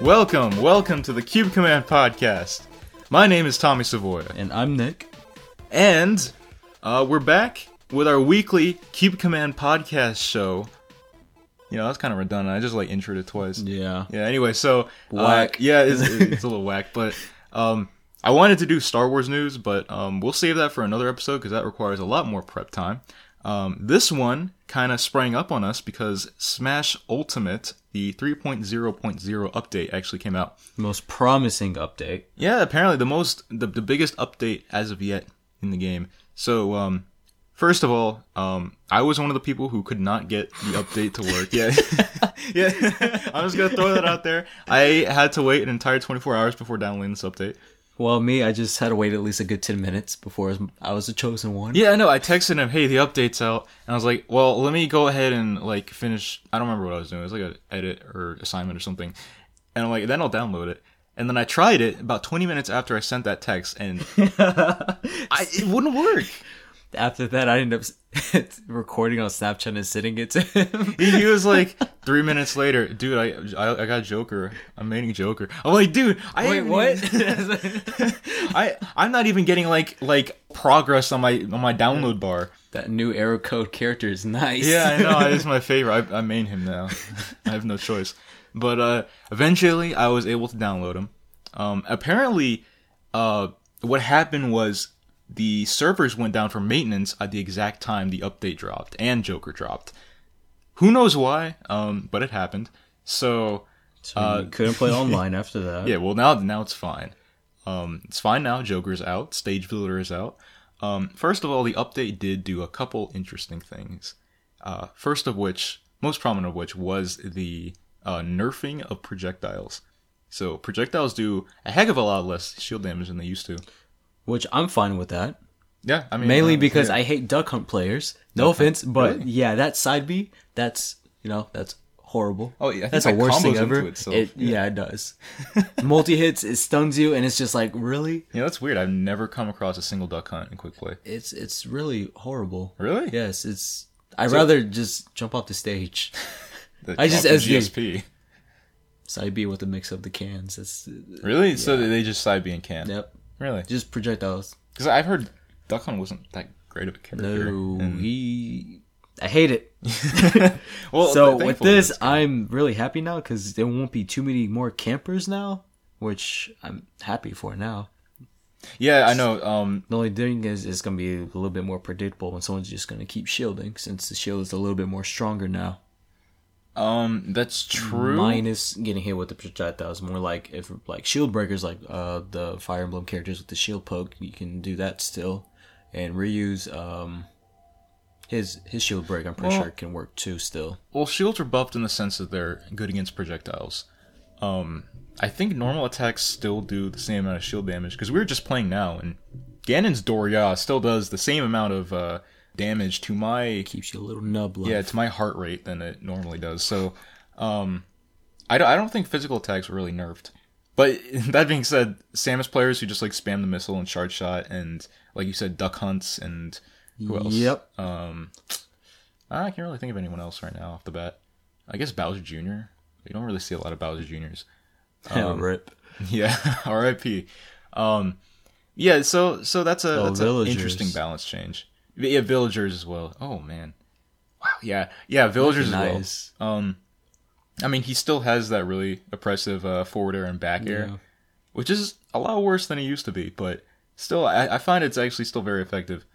Welcome, welcome to the Cube Command podcast. My name is Tommy Savoya, And I'm Nick. and uh, we're back with our weekly Cube Command podcast show. You know, that's kind of redundant. I just like introed it twice. Yeah. Yeah. Anyway, so uh, Whack. yeah, it's, it's a little whack, but um, I wanted to do Star Wars news, but um, we'll save that for another episode because that requires a lot more prep time. Um, this one kind of sprang up on us because Smash Ultimate, the 3.0.0 update, actually came out. Most promising update. Yeah, apparently the most the, the biggest update as of yet in the game. So, um first of all, um I was one of the people who could not get the update to work. Yeah. yeah. I'm just going to throw that out there. I had to wait an entire 24 hours before downloading this update. Well, me, I just had to wait at least a good 10 minutes before I was the chosen one. Yeah, I know. I texted him, "Hey, the update's out." And I was like, "Well, let me go ahead and like finish, I don't remember what I was doing. It was like an edit or assignment or something." And I'm like, "Then I'll download it." And then I tried it about 20 minutes after I sent that text and I, it wouldn't work. After that, I ended up recording on Snapchat and sending it to him. he he was like three minutes later, dude. I I, I got Joker. I'm mating Joker. I'm like, dude. I Wait, haven't what? even- I I'm not even getting like like progress on my on my download bar. that new arrow code character is nice. Yeah, I know. It's my favorite. I, I main him now. I have no choice. But uh, eventually, I was able to download him. Um, apparently, uh, what happened was the servers went down for maintenance at the exact time the update dropped and Joker dropped. Who knows why? Um, but it happened. So So you couldn't play online after that. uh, Yeah, well now now it's fine. Um, it's fine now. Joker's out. Stage Builder is out. Um, first of all, the update did do a couple interesting things. Uh, first of which, most prominent of which, was the uh, nerfing of projectiles. So projectiles do a heck of a lot less shield damage than they used to. Which I'm fine with that. Yeah, I mean Mainly uh, because yeah. I hate duck hunt players. No offense, but yeah, that side B, that's you know, that's horrible. Oh, yeah, I think that's the that worst thing combos ever. into itself. It- yeah. it does. Multi hits, it stuns you, and it's just like really, yeah, that's weird. I've never come across a single duck hunt in quick play. it's it's really horrible. Really? Yes, it's. I'd rather just jump off the stage. The I just drop of SD. GSP. Side B with a mix of the cans. That's Really? So they just side being can. yep. Really? Just projectiles. Because I've heard duck hunt wasn't that great of a character. No, and- he. I hate it. Well, so th- with thankfully this, it's- I'm really happy now because there won't be too many more campers now, which I'm happy for now. yeah, I know. Um, The only thing is, it's gonna be a little bit more predictable when someone's just gonna keep shielding since the shield is a little bit more stronger now. um, that's true. Minus getting hit with the projectiles, more like if like shield breakers, like uh the Fire Emblem characters with the shield poke, you can do that still, and reuse um his his shield break. I'm pretty Well- sure can work too still. Well, shields are buffed in the sense that they're good against projectiles. Um, I think normal attacks still do the same amount of shield damage because we were just playing now, and Ganon's Doria still does the same amount of uh, damage to my Keeps you a little nub. Life. yeah to my heart rate than it normally does. So, um, I don't I don't think physical attacks were really nerfed. But that being said, Samus players who just like spam the missile and shard shot and like you said, duck hunts and who else? Yep. Uh, I can't really think of anyone else right now off the bat. I guess Bowser Jr. You don't really see a lot of Bowser Juniors. Rip. Yeah, R.I.P. Um, yeah, so so that's a Oh, that's an villagers. interesting balance change. Yeah, villagers as well. Oh man, wow. Yeah, yeah, villagers as well. Um, Nice. I mean, he still has that really oppressive uh, forward air and back air, Yeah. which is a lot worse than it used to be. But still, I, I find it's actually still very effective.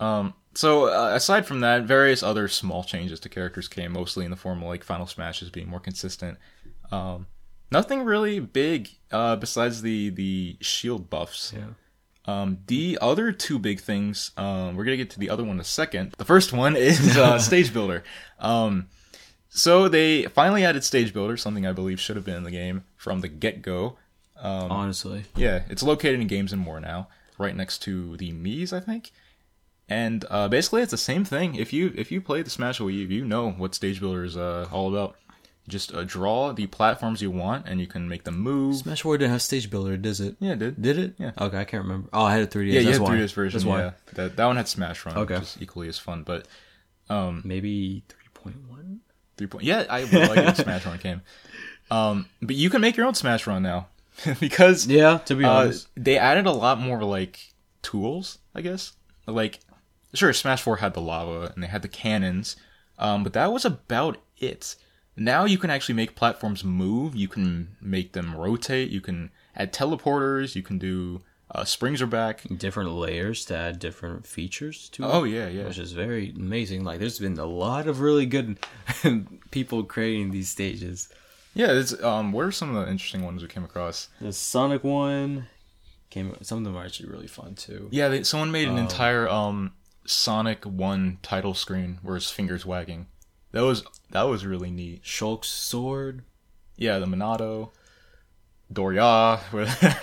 Um, so uh, aside from that, various other small changes to characters came, mostly in the form of like final smashes being more consistent. Um, nothing really big uh, besides the the shield buffs. Yeah. Um, the other two big things, um, we're gonna get to the other one in a second. The first one is uh, Stage Builder. Um, so they finally added Stage Builder, something I believe should have been in the game from the get go. Um, Honestly, Yeah, it's located in Games and More now, right next to the Mii's, I think. And uh, basically, it's the same thing. If you if you play the Smash Wii, U, you know what Stage Builder is uh, all about. Just uh, draw the platforms you want, and you can make them move. Smash War didn't have stage builder, does it? Yeah, it did. Did it? Yeah. Okay, I can't remember. Oh, I had a 3DS. yeah, you that's had why. 3DS version. That's why. Yeah, that that one had Smash Run, Okay. which is equally as fun. But Maybe 3.1. three point. Yeah, I would like it when Smash Run came. Um, but you can make your own Smash Run now because Yeah, to be uh, honest. they added a lot more like tools, I guess. Like, sure, Smash Four had the lava and they had the cannons, um, but that was about it. Now you can actually make platforms move. You can make them rotate. You can add teleporters. You can do uh, springs are back. Different layers to add different features to it. Oh yeah, yeah. Which is very amazing. Like, there's been a lot of really good people creating these stages. Yeah, it's um what are some of the interesting ones we came across? The Sonic one came. Some of them are actually really fun too. Yeah, they, someone made an entire um Sonic 1 title screen where his fingers wagging. That was that was really neat. Shulk's sword, Yeah, the Monado, Doria,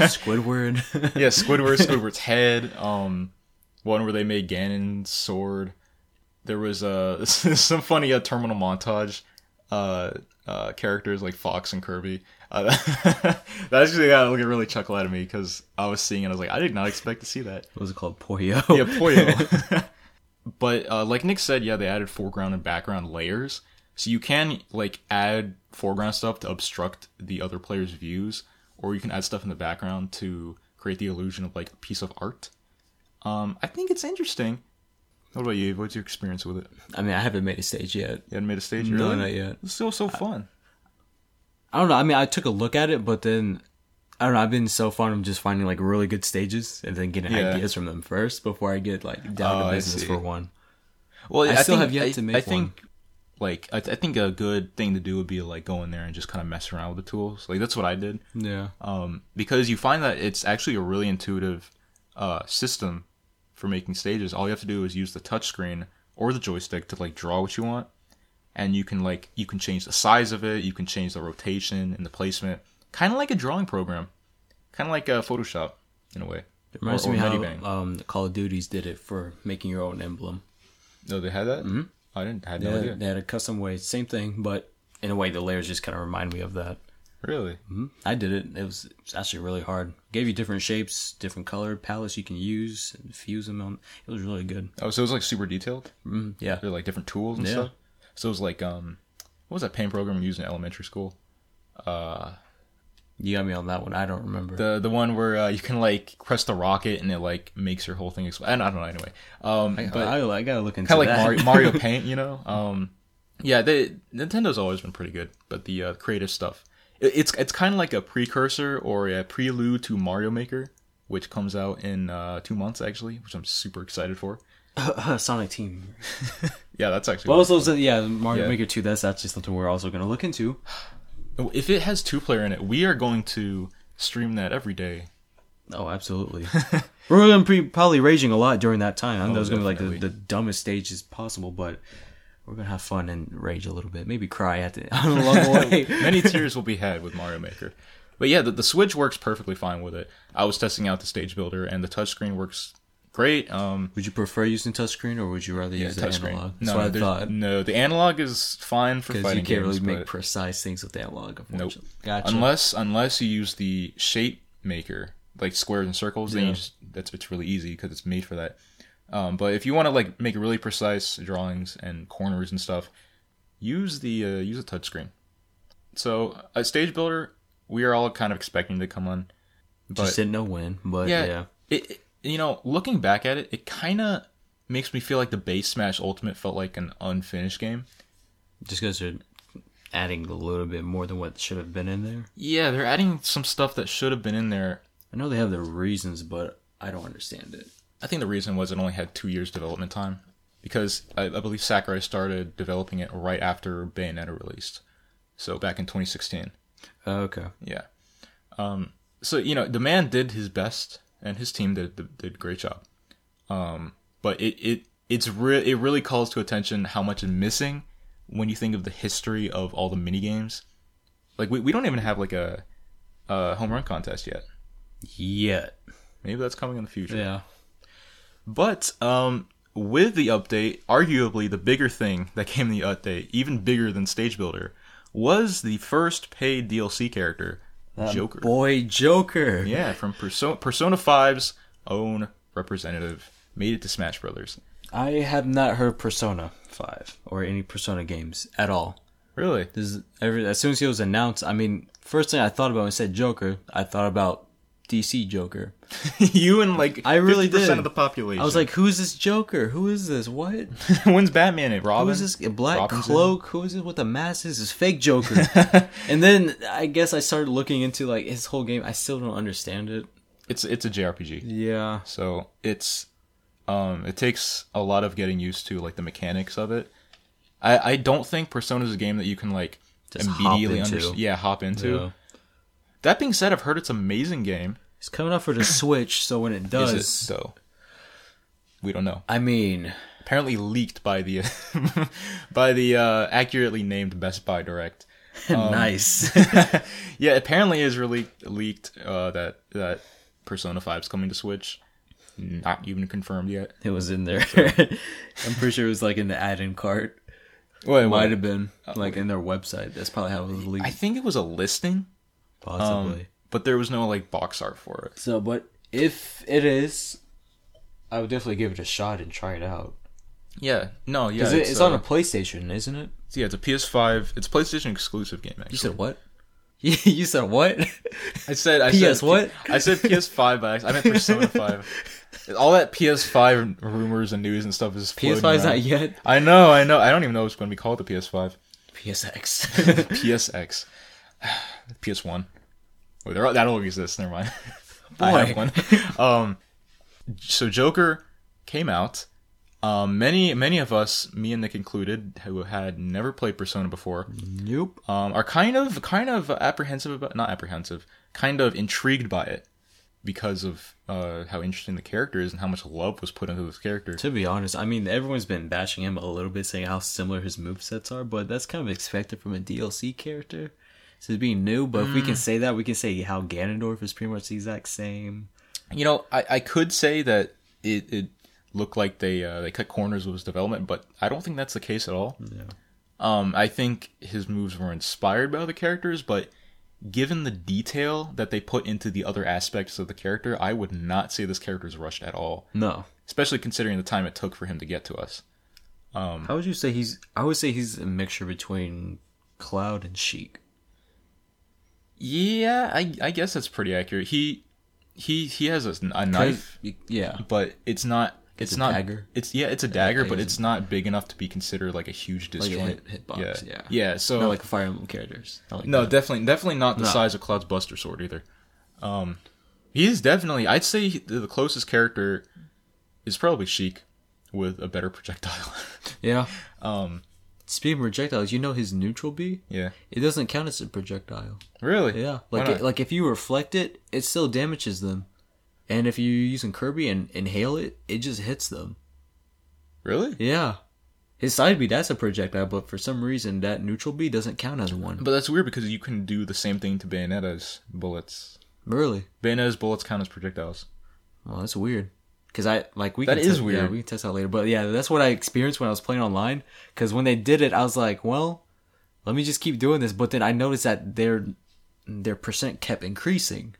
Squidward. yeah, Squidward, Squidward's head, um one where they made Ganon's sword. There was uh some funny uh, terminal montage uh uh characters like Fox and Kirby. Uh, that actually got like, a really chuckle out of me because I was seeing it. I was like, I did not expect to see that. what was it called? Poyo. yeah, Poyo. but uh, like Nick said, yeah, they added foreground and background layers, so you can like add foreground stuff to obstruct the other player's views, or you can add stuff in the background to create the illusion of like a piece of art. Um, I think it's interesting. What about you? What's your experience with it? I mean, I haven't made a stage yet. You hadn't made a stage, No, really? not yet. It's still so fun. I don't know. I mean, I took a look at it, but then I don't know. I've been so fond of just finding like really good stages and then getting Yeah. ideas from them first before I get like down Oh, to I business see. for one. Well, I still have yet to make I think, like, I, I think a good thing to do would be like go in there and just kind of mess around with the tools. Like that's what I did. Yeah. um, because you find that it's actually a really intuitive uh, system for making stages. All you have to do is use the touchscreen or the joystick to like draw what you want, and you can like you can change the size of it, you can change the rotation and the placement, kind of like a drawing program, kind of like uh, Photoshop in a way. It reminds Or- or me Nutty how Bang. um, the Call of Duties did it for making your own emblem. No, they had that. Mm-hmm. I didn't I had no They idea. had, they had a custom way, same thing, but in a way, the layers just kind of remind me of that. Really? hmm I did it. It was, it was actually really hard. Gave you different shapes, different color palettes you can use, and fuse them on. It was really good. Oh, so it was like super detailed. Mm, yeah, They're like different tools and Yeah. stuff. So it was like um, what was that paint program we used in elementary school? you got me on that one. I don't remember. the the one where uh, you can like press the rocket and it like makes your whole thing explode. I don't I don't know anyway. Um, but but I, I gotta look into kind of like that. Mario, Mario Paint, you know. Um, yeah, they, Nintendo's always been pretty good, but the uh, creative stuff it, it's it's kind of like a precursor or a prelude to Mario Maker, which comes out in uh, two months actually, which I'm super excited for. Sonic Team. Yeah, that's actually But also, Oh, so- yeah, Mario Yeah. Maker Two. That's actually something we're also gonna look into. if it has two player in it, we are going to stream that every day. Oh, absolutely. we're gonna be probably raging a lot during that time. I know it's gonna be like the, Oh, definitely. the dumbest stages possible, but we're gonna have fun and rage a little bit. Maybe cry at the along the way. many tears will be had with Mario Maker. But yeah, the, the Switch works perfectly fine with it. I was testing out the stage builder, and the touchscreen works great. Um, Would you prefer uscreen touchscreen or would you rather use the touchscreen. analog? That's No, what I there's- thought. no, the analog is fine for Because fighting you can't games, really make but precise things with the analog, unfortunately. Gotcha. unless unless you use the shape maker, like squares and circles, then Yeah. you just that's it's really easy because it's made for that. Um, but if you want to like make really precise drawings and corners and stuff, use the uh, use a touchscreen. So a stage builder, we are all kind of expecting to come on. Just didn't know when, but Yeah. yeah. It, it- you know, looking back at it, it kind of makes me feel like the base Smash Ultimate felt like an unfinished game. Just because they're adding a little bit more than what should have been in there. Yeah, they're adding some stuff that should have been in there. I know they have their reasons, but I don't understand it. I think the reason was it only had two years development time because I, I believe Sakurai started developing it right after Bayonetta released, so back in 2016. Okay. Yeah. Um, so you know, the man did his best, and his team did did, did a great job. Um, but it it it's re- it really calls to attention how much is missing when you think of the history of all the mini games. Like we, we don't even have like a, a home run contest yet. Yet. Maybe that's coming in the future. Yeah. But um, with the update, arguably the bigger thing that came in the update, even bigger than Stage Builder, was the first paid DLC character, Joker. Boy, Joker. Yeah, from Persona, Persona 5's own representative made it to Smash Brothers. I have not heard Persona 5 or any Persona games at all. Really? This is, every, as soon as he was announced, I mean, first thing I thought about when I said Joker, I thought about DC Joker. you and like I really 50% did. of the population. I was like, who's this Joker? Who is this? What? when's Batman in Robin? Who's this black Robinson? cloak? Who is this with the mask? This is fake Joker. and then I guess I started looking into like his whole game. I still don't understand it. It's it's a JRPG. Yeah. So it's um it takes a lot of getting used to like the mechanics of it. I I don't think Persona is a game that you can like Just hop immediately into. understand. Yeah, hop into. Yeah. That being said, I've heard it's an amazing game. It's coming out for the Switch, so when it does, Is it though? We don't know. I mean, Apparently leaked by the by the uh, accurately named Best Buy Direct. um, nice. Yeah, apparently is really leaked uh, that that Persona 5 is coming to Switch. Not even confirmed yet. it was in there. I'm pretty sure it was like in the add-in cart. Oh, Wait, Might have been like in their website. That's probably how it was leaked. I think it was a listing, possibly. but there was no like box art for it. um, so, but if it is, I would definitely give it a shot and try it out. Yeah, no, yeah, 'Cause it- it's, it's, uh, on a PlayStation, isn't it? yeah, it's a PS5. It's a PlayStation exclusive game. Actually, You said what? you said what? I said I PS said, what? I said PS5. By, acc- I meant Persona 5. All that PS5 rumors and news and stuff is floating PS5's around. not yet. I know, I know. I don't even know it's going to be called the PS5. PSX. PSX, PS1. Wait, they're, that all exists. Never mind. I have Boy. one. Um, so Joker came out. Um, many many of us, me and Nick included, who had never played Persona before, nope. um, are kind of kind of apprehensive about not apprehensive, kind of intrigued by it because of uh, how interesting the character is and how much love was put into this character. To be honest, I mean, everyone's been bashing him a little bit, saying how similar his movesets are, but that's kind of expected from a DLC character. So it's being new, but if we can say that, we can say how Ganondorf is pretty much the exact same. You know, I, I could say that it, it looked like they uh, they cut corners with his development, but I don't think that's the case at all. Yeah. Um, I think his moves were inspired by other characters, but given the detail that they put into the other aspects of the character, I would not say this character is rushed at all, No. especially considering the time it took for him to get to us. Um, How would you say he's. I would say he's a mixture between Cloud and Sheik. Yeah, I I guess that's pretty accurate. He he he has a, a knife, Yeah. but it's not. It's, It's a not dagger? It's yeah, it's a dagger, but daggers it's not big enough to be considered like a huge Like a disjoint. hit, hitbox. Yeah. yeah. so Not like Fire Emblem characters. Not like No, that. definitely, definitely not the No. size of Cloud's Buster Sword either. Um, he is definitely, I'd say, he- the closest character is probably Sheik with a better projectile. Yeah. um, Speaking of projectiles, you know his neutral B? yeah, It doesn't count as a projectile. really, Yeah, Why like not? it, like if you reflect it, it still damages them, and if you're using Kirby and inhale it, it just hits them. really. Yeah, his side B that's a projectile, but for some reason that neutral B doesn't count as one. But that's weird because you can do the same thing to Bayonetta's bullets. Really? Bayonetta's bullets count as projectiles. Well, that's weird. Cause I like we That can is test- Yeah, weird. we can test that later. But yeah, that's what I experienced when I was playing online. Cause when they did it, I was like, well, let me just keep doing this. But then I noticed that their their percent kept increasing,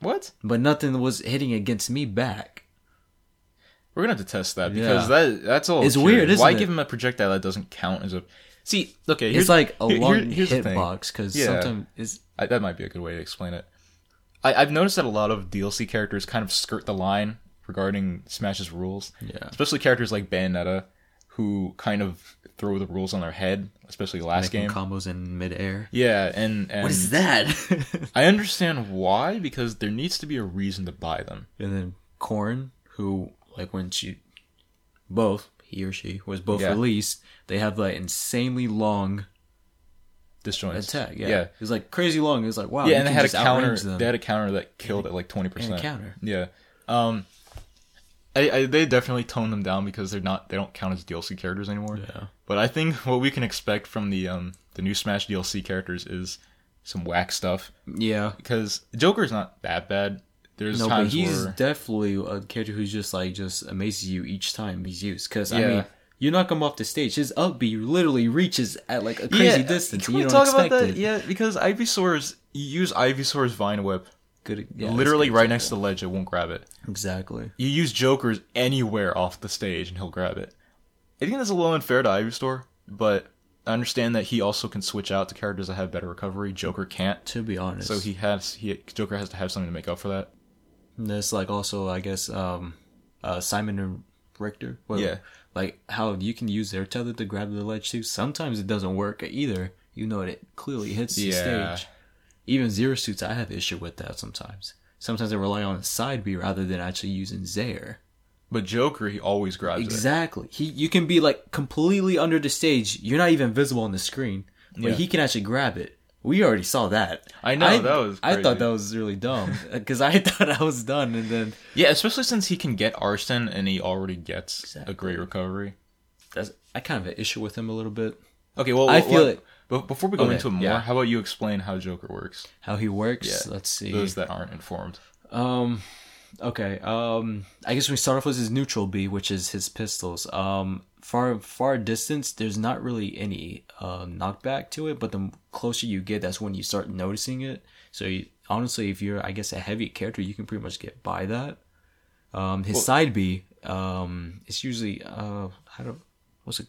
What? but nothing was hitting against me back. We're gonna have to test that because Yeah. that that's all. It's true. weird, isn't Why it? give him a projectile that doesn't count as a? See, okay, it's like a here- here- long here's the thing. hitbox because Yeah. sometimes it's I, that might be a good way to explain it. I, I've noticed that a lot of DLC characters kind of skirt the line regarding Smash's rules. Yeah. Especially characters like Bayonetta, who kind of throw the rules on their head, especially last making game. combos in midair. yeah, and, and What is that? I understand why because there needs to be a reason to buy them. and then Corn, who like when she both he or she was both Yeah. released, they have like insanely long Disjoints. attack. Yeah, yeah, it was like crazy long. It was like wow. Yeah, you and they can had a just counter. outrange them. They had a counter that killed at like twenty percent. counter. Yeah. Um, I, I they definitely toned them down because they're not they don't count as DLC characters anymore. Yeah. But I think what we can expect from the um the new Smash DLC characters is some whack stuff yeah. because Joker's not that bad. There's No, but times he's where definitely a character who's just like just amazes you each time he's used. Because I Yeah. mean, You knock him off the stage. His up B literally reaches at like a crazy distance. and You don't expect it. Yeah, because Ivysaur's you use Ivysaur's Vine Whip Good. Yeah, that's literally good right next to the ledge. It won't grab it. example. Exactly. You use Joker's anywhere off the stage and he'll grab it. I think that's a little unfair to Ivysaur, but I understand that he also can switch out to characters that have better recovery. Joker can't, To be honest. so he has he Joker has to have something to make up for that. There's like also I guess um uh Simon and Richter. Well, Yeah. Like how you can use their tether to grab the ledge too. Sometimes it doesn't work either. You know it clearly hits Yeah. the stage. Even zero suits I have issue with that sometimes. Sometimes I rely on a side B rather than actually using Zaire. But Joker, he always grabs it. Exactly. He you can be like completely under the stage. You're not even visible on the screen, but Yeah. he can actually grab it. We already saw that. I know, I, that was I thought crazy. that was really dumb because I thought I was done, and then Yeah, especially since he can get Arston and he already gets a great recovery. that's I kind of have an issue with him a little bit. Okay, well, I well, feel well, it- But before we go Okay, into it more, yeah. how about you explain how Joker works? How he works. Yeah. Let's see. Those that aren't informed. Um, okay. Um, I guess we start off with his neutral B, which is his pistols. Um, far far distance, there's not really any uh, knockback to it, but the closer you get, that's when you start noticing it. So you, honestly, if you're, I guess, a heavy character, you can pretty much get by that. Um, his side B, um, it's usually uh, I don't what's it.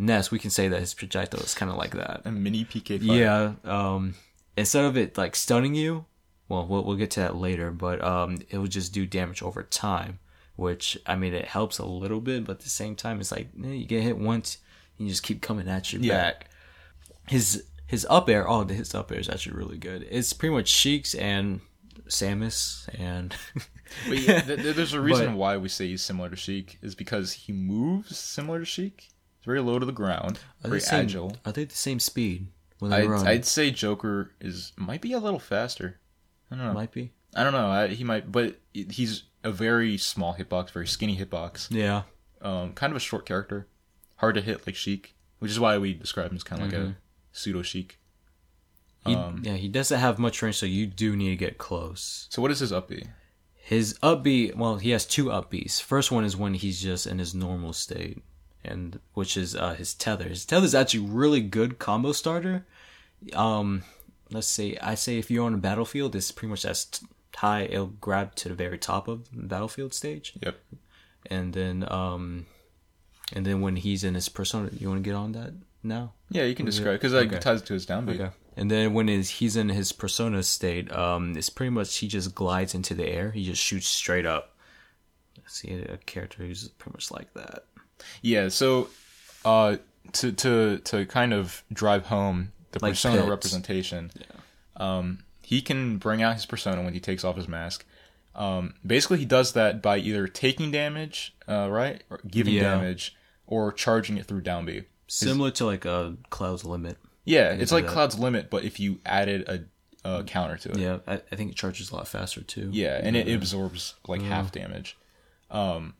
Ness, we can say that his projectile is kind of like that. A mini PK. Yeah. Um, instead of it like stunning you, well, we'll we'll get to that later. But um, it will just do damage over time, which I mean, it helps a little bit, but at the same time, it's like eh, you get hit once, you just keep coming at your Yeah. back. His his up air, oh, his up air is actually really good. It's pretty much Sheik's and Samus and But yeah, th- th- there's a reason But- why we say he's similar to Sheik is because he moves similar to Sheik. He's very low to the ground, are they very the same, agile. Are they the same speed when they I'd, run? I'd say Joker is might be a little faster. I don't know. Might be. I don't know. I, he might, but he's a very small hitbox, very skinny hitbox. Yeah. Um, kind of a short character, hard to hit like Sheik, which is why we describe him as kind of Mm-hmm. like a pseudo Sheik. He, Um, yeah, he doesn't have much range, so you do need to get close. So what is his up B? His upbeat, well, he has two upbeats. First one is when he's just in his normal state, and which is uh, his tether. His tether is actually really good combo starter. Um, let's say I say if you're on a battlefield, it's pretty much as t- high it'll grab to the very top of the battlefield stage, Yep. and then um, and then when he's in his persona, you want to get on that now. Yeah, you can describe because like it ties it to his down B. And then when is he's in his persona state, um, it's pretty much he just glides into the air. He just shoots straight up. I see a character who's pretty much like that. Yeah, so uh to to to kind of drive home the Like persona Pit. representation. Um he can bring out his persona when he takes off his mask. Um basically he does that by either taking damage, uh right? Or giving Yeah. damage or charging it through down B. Similar to like a Cloud's Limit. Yeah, it's like that. Cloud's limit but if you added a, a counter to it. Yeah, I, I think it charges a lot faster too. Yeah, and it absorbs like half Mm-hmm. damage. Um,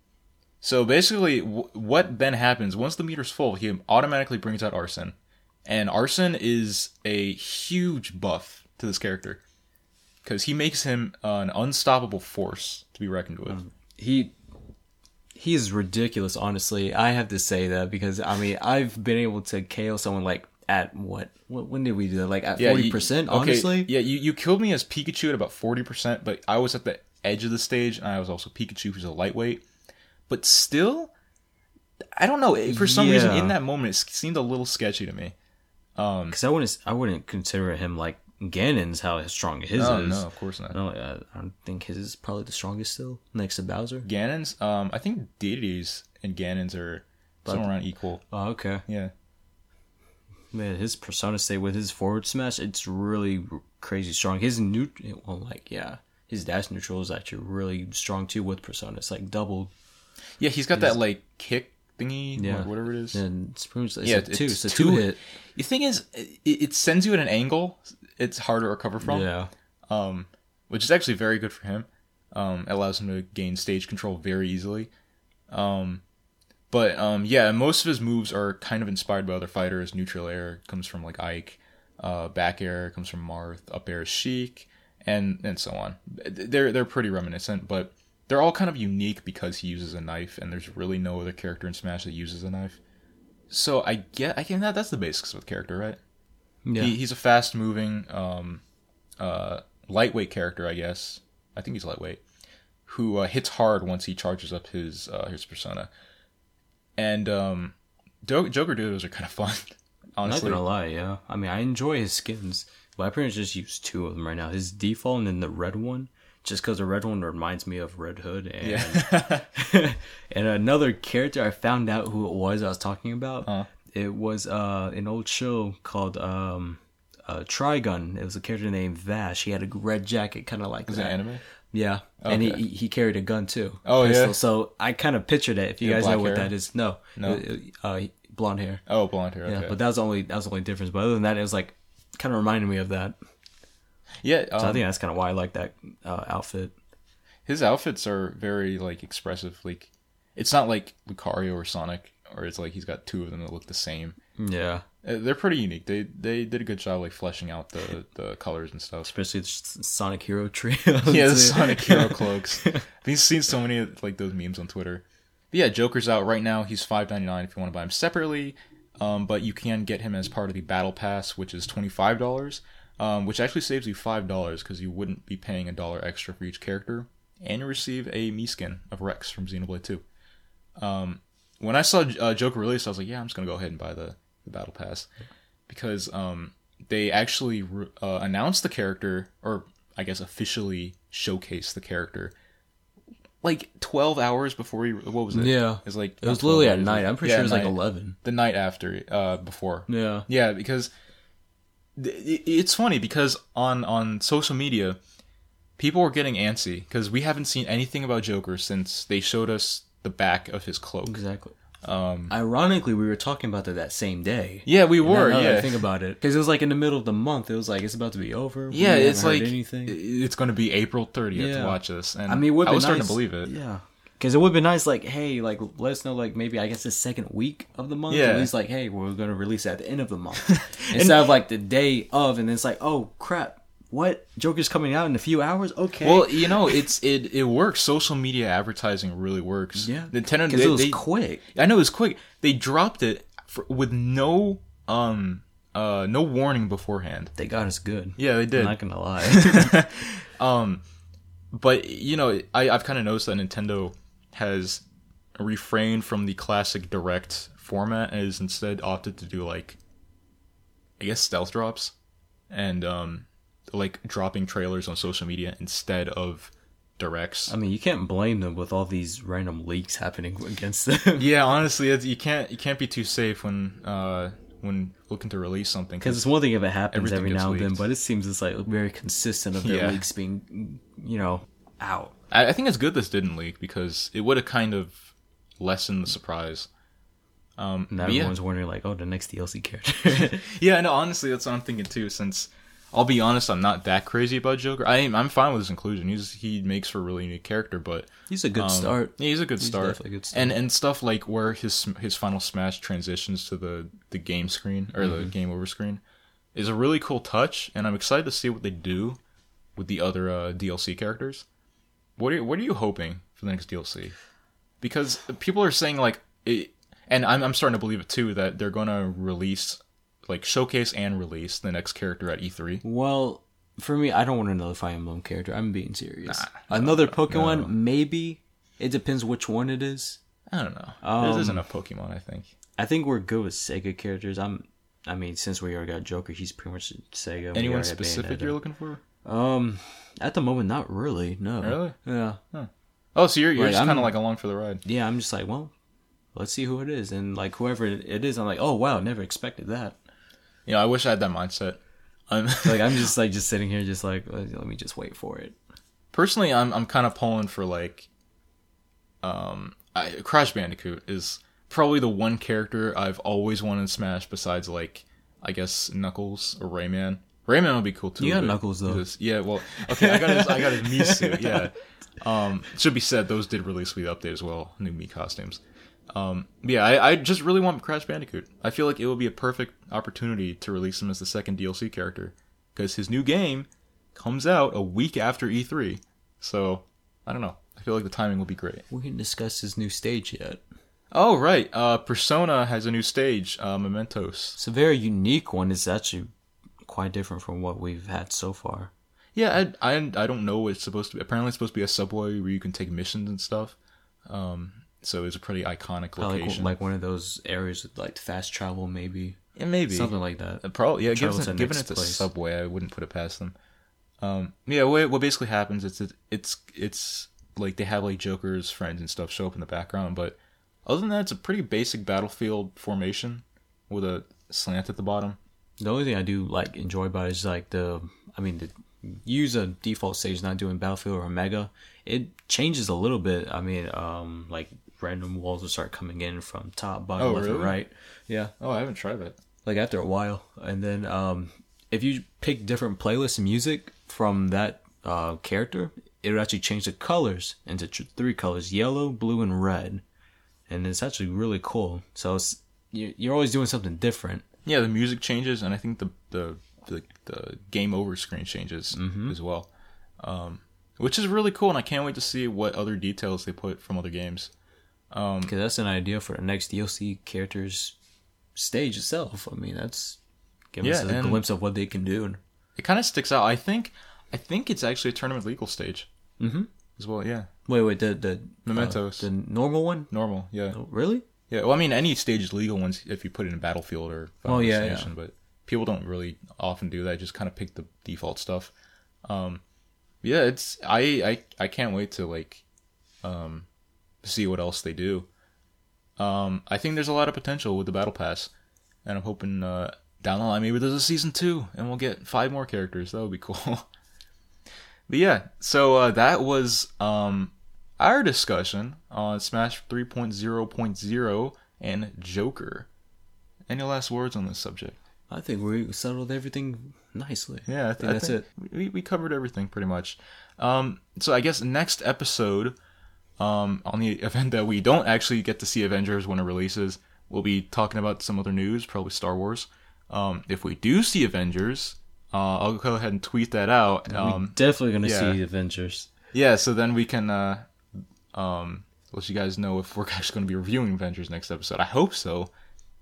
so basically, w- what then happens once the meter's full, he automatically brings out Arson, and Arson is a huge buff to this character because he makes him an unstoppable force to be reckoned with. Mm. He he is ridiculous, honestly. I have to say that because I mean I've been able to KO someone like at what? what when did we do that? Like at Yeah, you- forty percent, okay, honestly? Yeah, you, you killed me as Pikachu at about forty percent, but I was at the edge of the stage, and I was also Pikachu, who's a lightweight. But still, I don't know. it- For some reason, Yeah. in that moment, it s- seemed a little sketchy to me. Because I wouldn't I wouldn't consider him like Ganon's how strong his Oh is. no, of course not. No, I, I don't think his is probably the strongest still, next to Bowser. Ganon's, um, I think Deities and Ganon's are somewhere around equal. Oh, okay. Yeah, Man, his Persona State with his forward smash, it's really r- crazy strong. His new, well, like, yeah, his dash neutral is actually really strong too with Persona. It's like double, yeah, he's got that like kick thingy, Yeah. or whatever it is. and it's pretty much, it's Yeah, a two, it's it's a two two hit. hit. The thing is, it, it sends you at an angle. It's hard to recover from. Yeah. um, which is actually very good for him. Um, it allows him to gain stage control very easily. Um, but um, yeah, most of his moves are kind of inspired by other fighters. Neutral air comes from like Ike, uh, back air comes from Marth, up air is Sheik, and and so on. They're they're pretty reminiscent, but they're all kind of unique because he uses a knife, and there's really no other character in Smash that uses a knife. So I get, I can that that's the basics of the character, right? Yeah. He, he's a fast moving, um, uh, lightweight character, I guess. I think he's lightweight. Who uh, hits hard once he charges up his uh, his persona. And um, Do- Joker duos are kind of fun, I'm not honestly. gonna lie, yeah. I mean, I enjoy his skins, but I pretty much just use two of them right now. His default and then the red one, just because the red one reminds me of Red Hood. And, Yeah. and another character I found out who it was I was talking about. Uh-huh. It was uh, an old show called um, uh, Trigun. It was a character named Vash. He had a red jacket, kind of like Is it that. anime? Yeah, and he- he he carried a gun too. Oh, yeah? So I kind of pictured it. If you guys know black what hair? that is, no, no, uh, blonde hair. Oh, blonde hair. Yeah, Okay. Yeah, but that was the only that was the only difference. But other than that, it was like kind of reminded me of that. um, So I think that's kind of why I like that uh, outfit. his outfits are very like expressive. Like, it's not like Lucario or Sonic, or it's like he's got two of them that look the same. Yeah, Uh, They're pretty unique. They they did a good job like fleshing out the the colors and stuff. especially the S- Sonic Hero trio. Yeah, the too. Sonic Hero cloaks. We've seen so many of, like those memes on Twitter. But yeah, Joker's out right now. He's five ninety nine if you want to buy him separately. Um, but you can get him as part of the Battle Pass, which is twenty five dollars, um, which actually saves you five dollars because you wouldn't be paying a dollar extra for each character, and you receive a Mii skin of Rex from Xenoblade Two. Um, when I saw uh, Joker released, I was like, yeah, I'm just gonna go ahead and buy the, the Battle Pass because um, they actually re- uh, announced the character, or I guess officially showcased the character, like twelve hours before he. What was it? Yeah. it was like It was not 12 literally at hours, night. I'm pretty yeah, sure it was at like night. eleven. the night after, uh, before. Yeah, Yeah, because th- it- it's funny because on on social media, people were getting antsy because we haven't seen anything about Joker since they showed us the back of his cloak. exactly. Um, Ironically, we were talking about that that same day. Yeah, we Now- were. now that I Yeah, think about it because it was like in the middle of the month. It was like it's about to be over. We Yeah, haven't it's heard like anything. i- it's going to be April 30th Yeah. to watch this, and I mean, it would I be was starting nice- to believe it. Yeah. Because it would be nice, like, hey, like, let us know, like, maybe I guess the second week of the month. Yeah. At least, like, hey, we're going to release it at the end of the month. Instead of, like, the day of, and then it's like, oh, crap, what? Joker's coming out in a few hours? Okay. Well, you know, it's it it works. Social media advertising really works. yeah. Nintendo. Because They, it was they- quick. I know it was quick. They dropped it for, with no um uh no warning beforehand. They got us good. Yeah, they did. I'm not going to lie. but you know, I I've kind of noticed that Nintendo has refrained from the classic direct format and has instead opted to do like I guess stealth drops and um like dropping trailers on social media instead of directs. I mean, you can't blame them with all these random leaks happening against them. Yeah, honestly, it's, you can't you can't be too safe when uh when looking to release something. Because it's one thing if it happens Everything every gets now and then, leaked. but it seems it's, like, very consistent of their Yeah. leaks being, you know, out. I, I think it's good this didn't leak because it would have kind of lessened the surprise. And yeah. everyone's wondering, like, oh, the next DLC character. Yeah, no, honestly, that's what I'm thinking too. Since I'll be honest, I'm not that crazy about Joker. I am, I'm fine with his inclusion. He's he makes for a really neat character, but He's a good um, start. yeah, he's a good start. definitely a good start. And and stuff like where his sm- his final smash transitions to the the game screen or Mm-hmm. the game over screen is a really cool touch, and I'm excited to see what they do with the other uh, DLC characters. What are what are you hoping for the next DLC? Because people are saying like, it, and I'm I'm starting to believe it too that they're gonna release like showcase and release the next character at E E3. Well, for me, I don't want another Fire Emblem character. I'm being serious. another Pokemon, maybe. It depends which one it is. I don't know. There's, Um, there's enough Pokemon, I think. I think we're good with Sega characters. I'm. I mean, since we already got Joker, he's pretty much Sega. We Anyone already had specific Bayonetta. you're looking for? Um, at the moment, not really. No. Really? Yeah. Oh, so you're, you're Like, just kind I'm- of like along for the ride. Yeah. I'm just like, well, let's see who it is, and like whoever it is, I'm like, oh wow, never expected that. You know, I wish I had that mindset. I'm, Like I'm just like just sitting here, just like let me just wait for it. personally, I'm I'm kind of pulling for like, um, I, Crash Bandicoot is probably the one character I've always wanted in Smash besides like, I guess Knuckles or Rayman. Rayman would be cool too. You got but Knuckles, though. just- yeah. Well, okay. I got his I got his Mii suit. Yeah. Um, should be said those did release with the update as well. New Mii costumes. Um, but yeah, I, I just really want Crash Bandicoot. I feel like it would be a perfect opportunity to release him as the second DLC character because his new game comes out a week after E3. E So I don't know. I feel like the timing will be great. We didn't discuss his new stage yet. Oh right, uh, Persona has a new stage, uh, Mementos. It's a very unique one. It's actually quite different from what we've had so far. Yeah, I, I, I don't know what it's supposed to be. Apparently, it's supposed to be a subway where you can take missions and stuff. Um, so it's a pretty iconic I like, location. like one of those areas with like fast travel, maybe yeah, maybe something like that. Uh, Probably, yeah. Given, Travel to the given next it's a place. subway, I wouldn't put it past them. Um, yeah, what, what basically happens is it, it's it's like they have like Joker's friends and stuff show up in the background, but other than that, it's a pretty basic battlefield formation with a slant at the bottom. The only thing I do like enjoy about it is like the I mean the use a default stage not doing Battlefield or Omega. It changes a little bit. I mean, um like random walls will start coming in from top, bottom, Oh, left really? and right. Yeah. Oh, I haven't tried that. Like after a while. And then um if you pick different playlists and music from that uh character, it'll actually change the colors into tr- three colors, yellow, blue and red. And it's actually really cool. So it's, you- you're always doing something different. Yeah, the music changes, and I think the the the, the game over screen changes as well, um, which is really cool. And I can't wait to see what other details they put from other games. Because Um, that's an idea for the next DLC character's stage itself. I mean, that's giving us Yeah, a and- glimpse of what they can do. And It kind of sticks out. I think I think it's actually a tournament legal stage Mhm. as well. Yeah, wait, wait, the the Mementos. uh, the normal one, normal. Yeah, oh, really? yeah. Well, I mean, any stage is legal once if you put it in Battlefield or Final Oh, yeah, Destination, but people don't really often do that. Just kind of pick the default stuff. Um, yeah, it's I, I I can't wait to like um see what else they do. Um, I think there's a lot of potential with the battle pass, and I'm hoping uh, down the line maybe there's a season two, and we'll get five more characters. That would be cool. but yeah, so uh, that was um, our discussion on Smash 3.0.0 and Joker. Any last words on this subject? I think we settled everything nicely. Yeah, I think that's it. We, we covered everything pretty much. Um, so I guess next episode, um, on the event that we don't actually get to see Avengers when it releases, we'll be talking about some other news, probably Star Wars. Um, if we do see Avengers, uh, I'll go ahead and tweet that out. Um, Definitely gonna yeah. see Avengers. yeah, so then we can uh, um, let you guys know if we're actually going to be reviewing Avengers next episode. I hope so.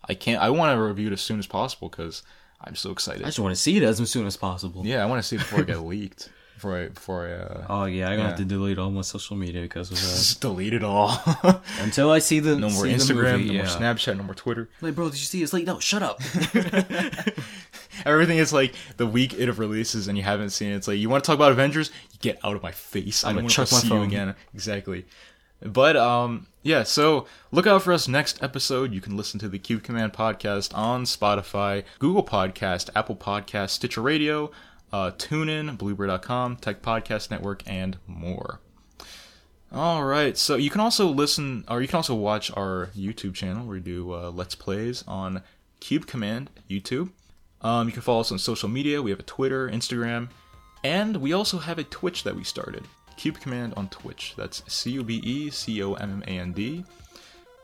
I can't. I want to review it as soon as possible because I'm so excited. I just want to see it as soon as possible. Yeah, I want to see it before it got leaked. Before I, before I uh, Oh yeah, I'm gonna have Yeah. to delete all my social media because of that. just delete it all. Until I see the no more see the Instagram, movie, no yeah. more Snapchat, no more Twitter. Like, bro, did you see? It's late. No, shut up. Everything is like the week it releases and you haven't seen it. It's like you want to talk about Avengers, you get out of my face. I I'm don't gonna want to check my see you phone. again. Exactly. But um, yeah. So look out for us next episode. You can listen to the Cube Command podcast on Spotify, Google Podcast, Apple Podcast, Stitcher Radio, uh, TuneIn, Bluebird.com, Tech Podcast Network, and more. All right. So you can also listen, or you can also watch our YouTube channel. where We do uh, let's plays on Cube Command YouTube. Um, you can follow us on social media. We have a Twitter, Instagram, and we also have a Twitch that we started. Cube Command on Twitch. That's C U B E C O M M A N D.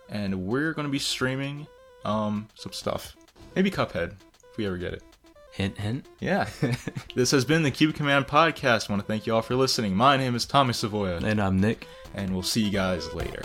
And we're going to be streaming um, some stuff. Maybe Cuphead, if we ever get it. hint, hint. Yeah. this has been the Cube Command Podcast. want to thank you all for listening. My name is Tommy Savoya And I'm Nick. and we'll see you guys later.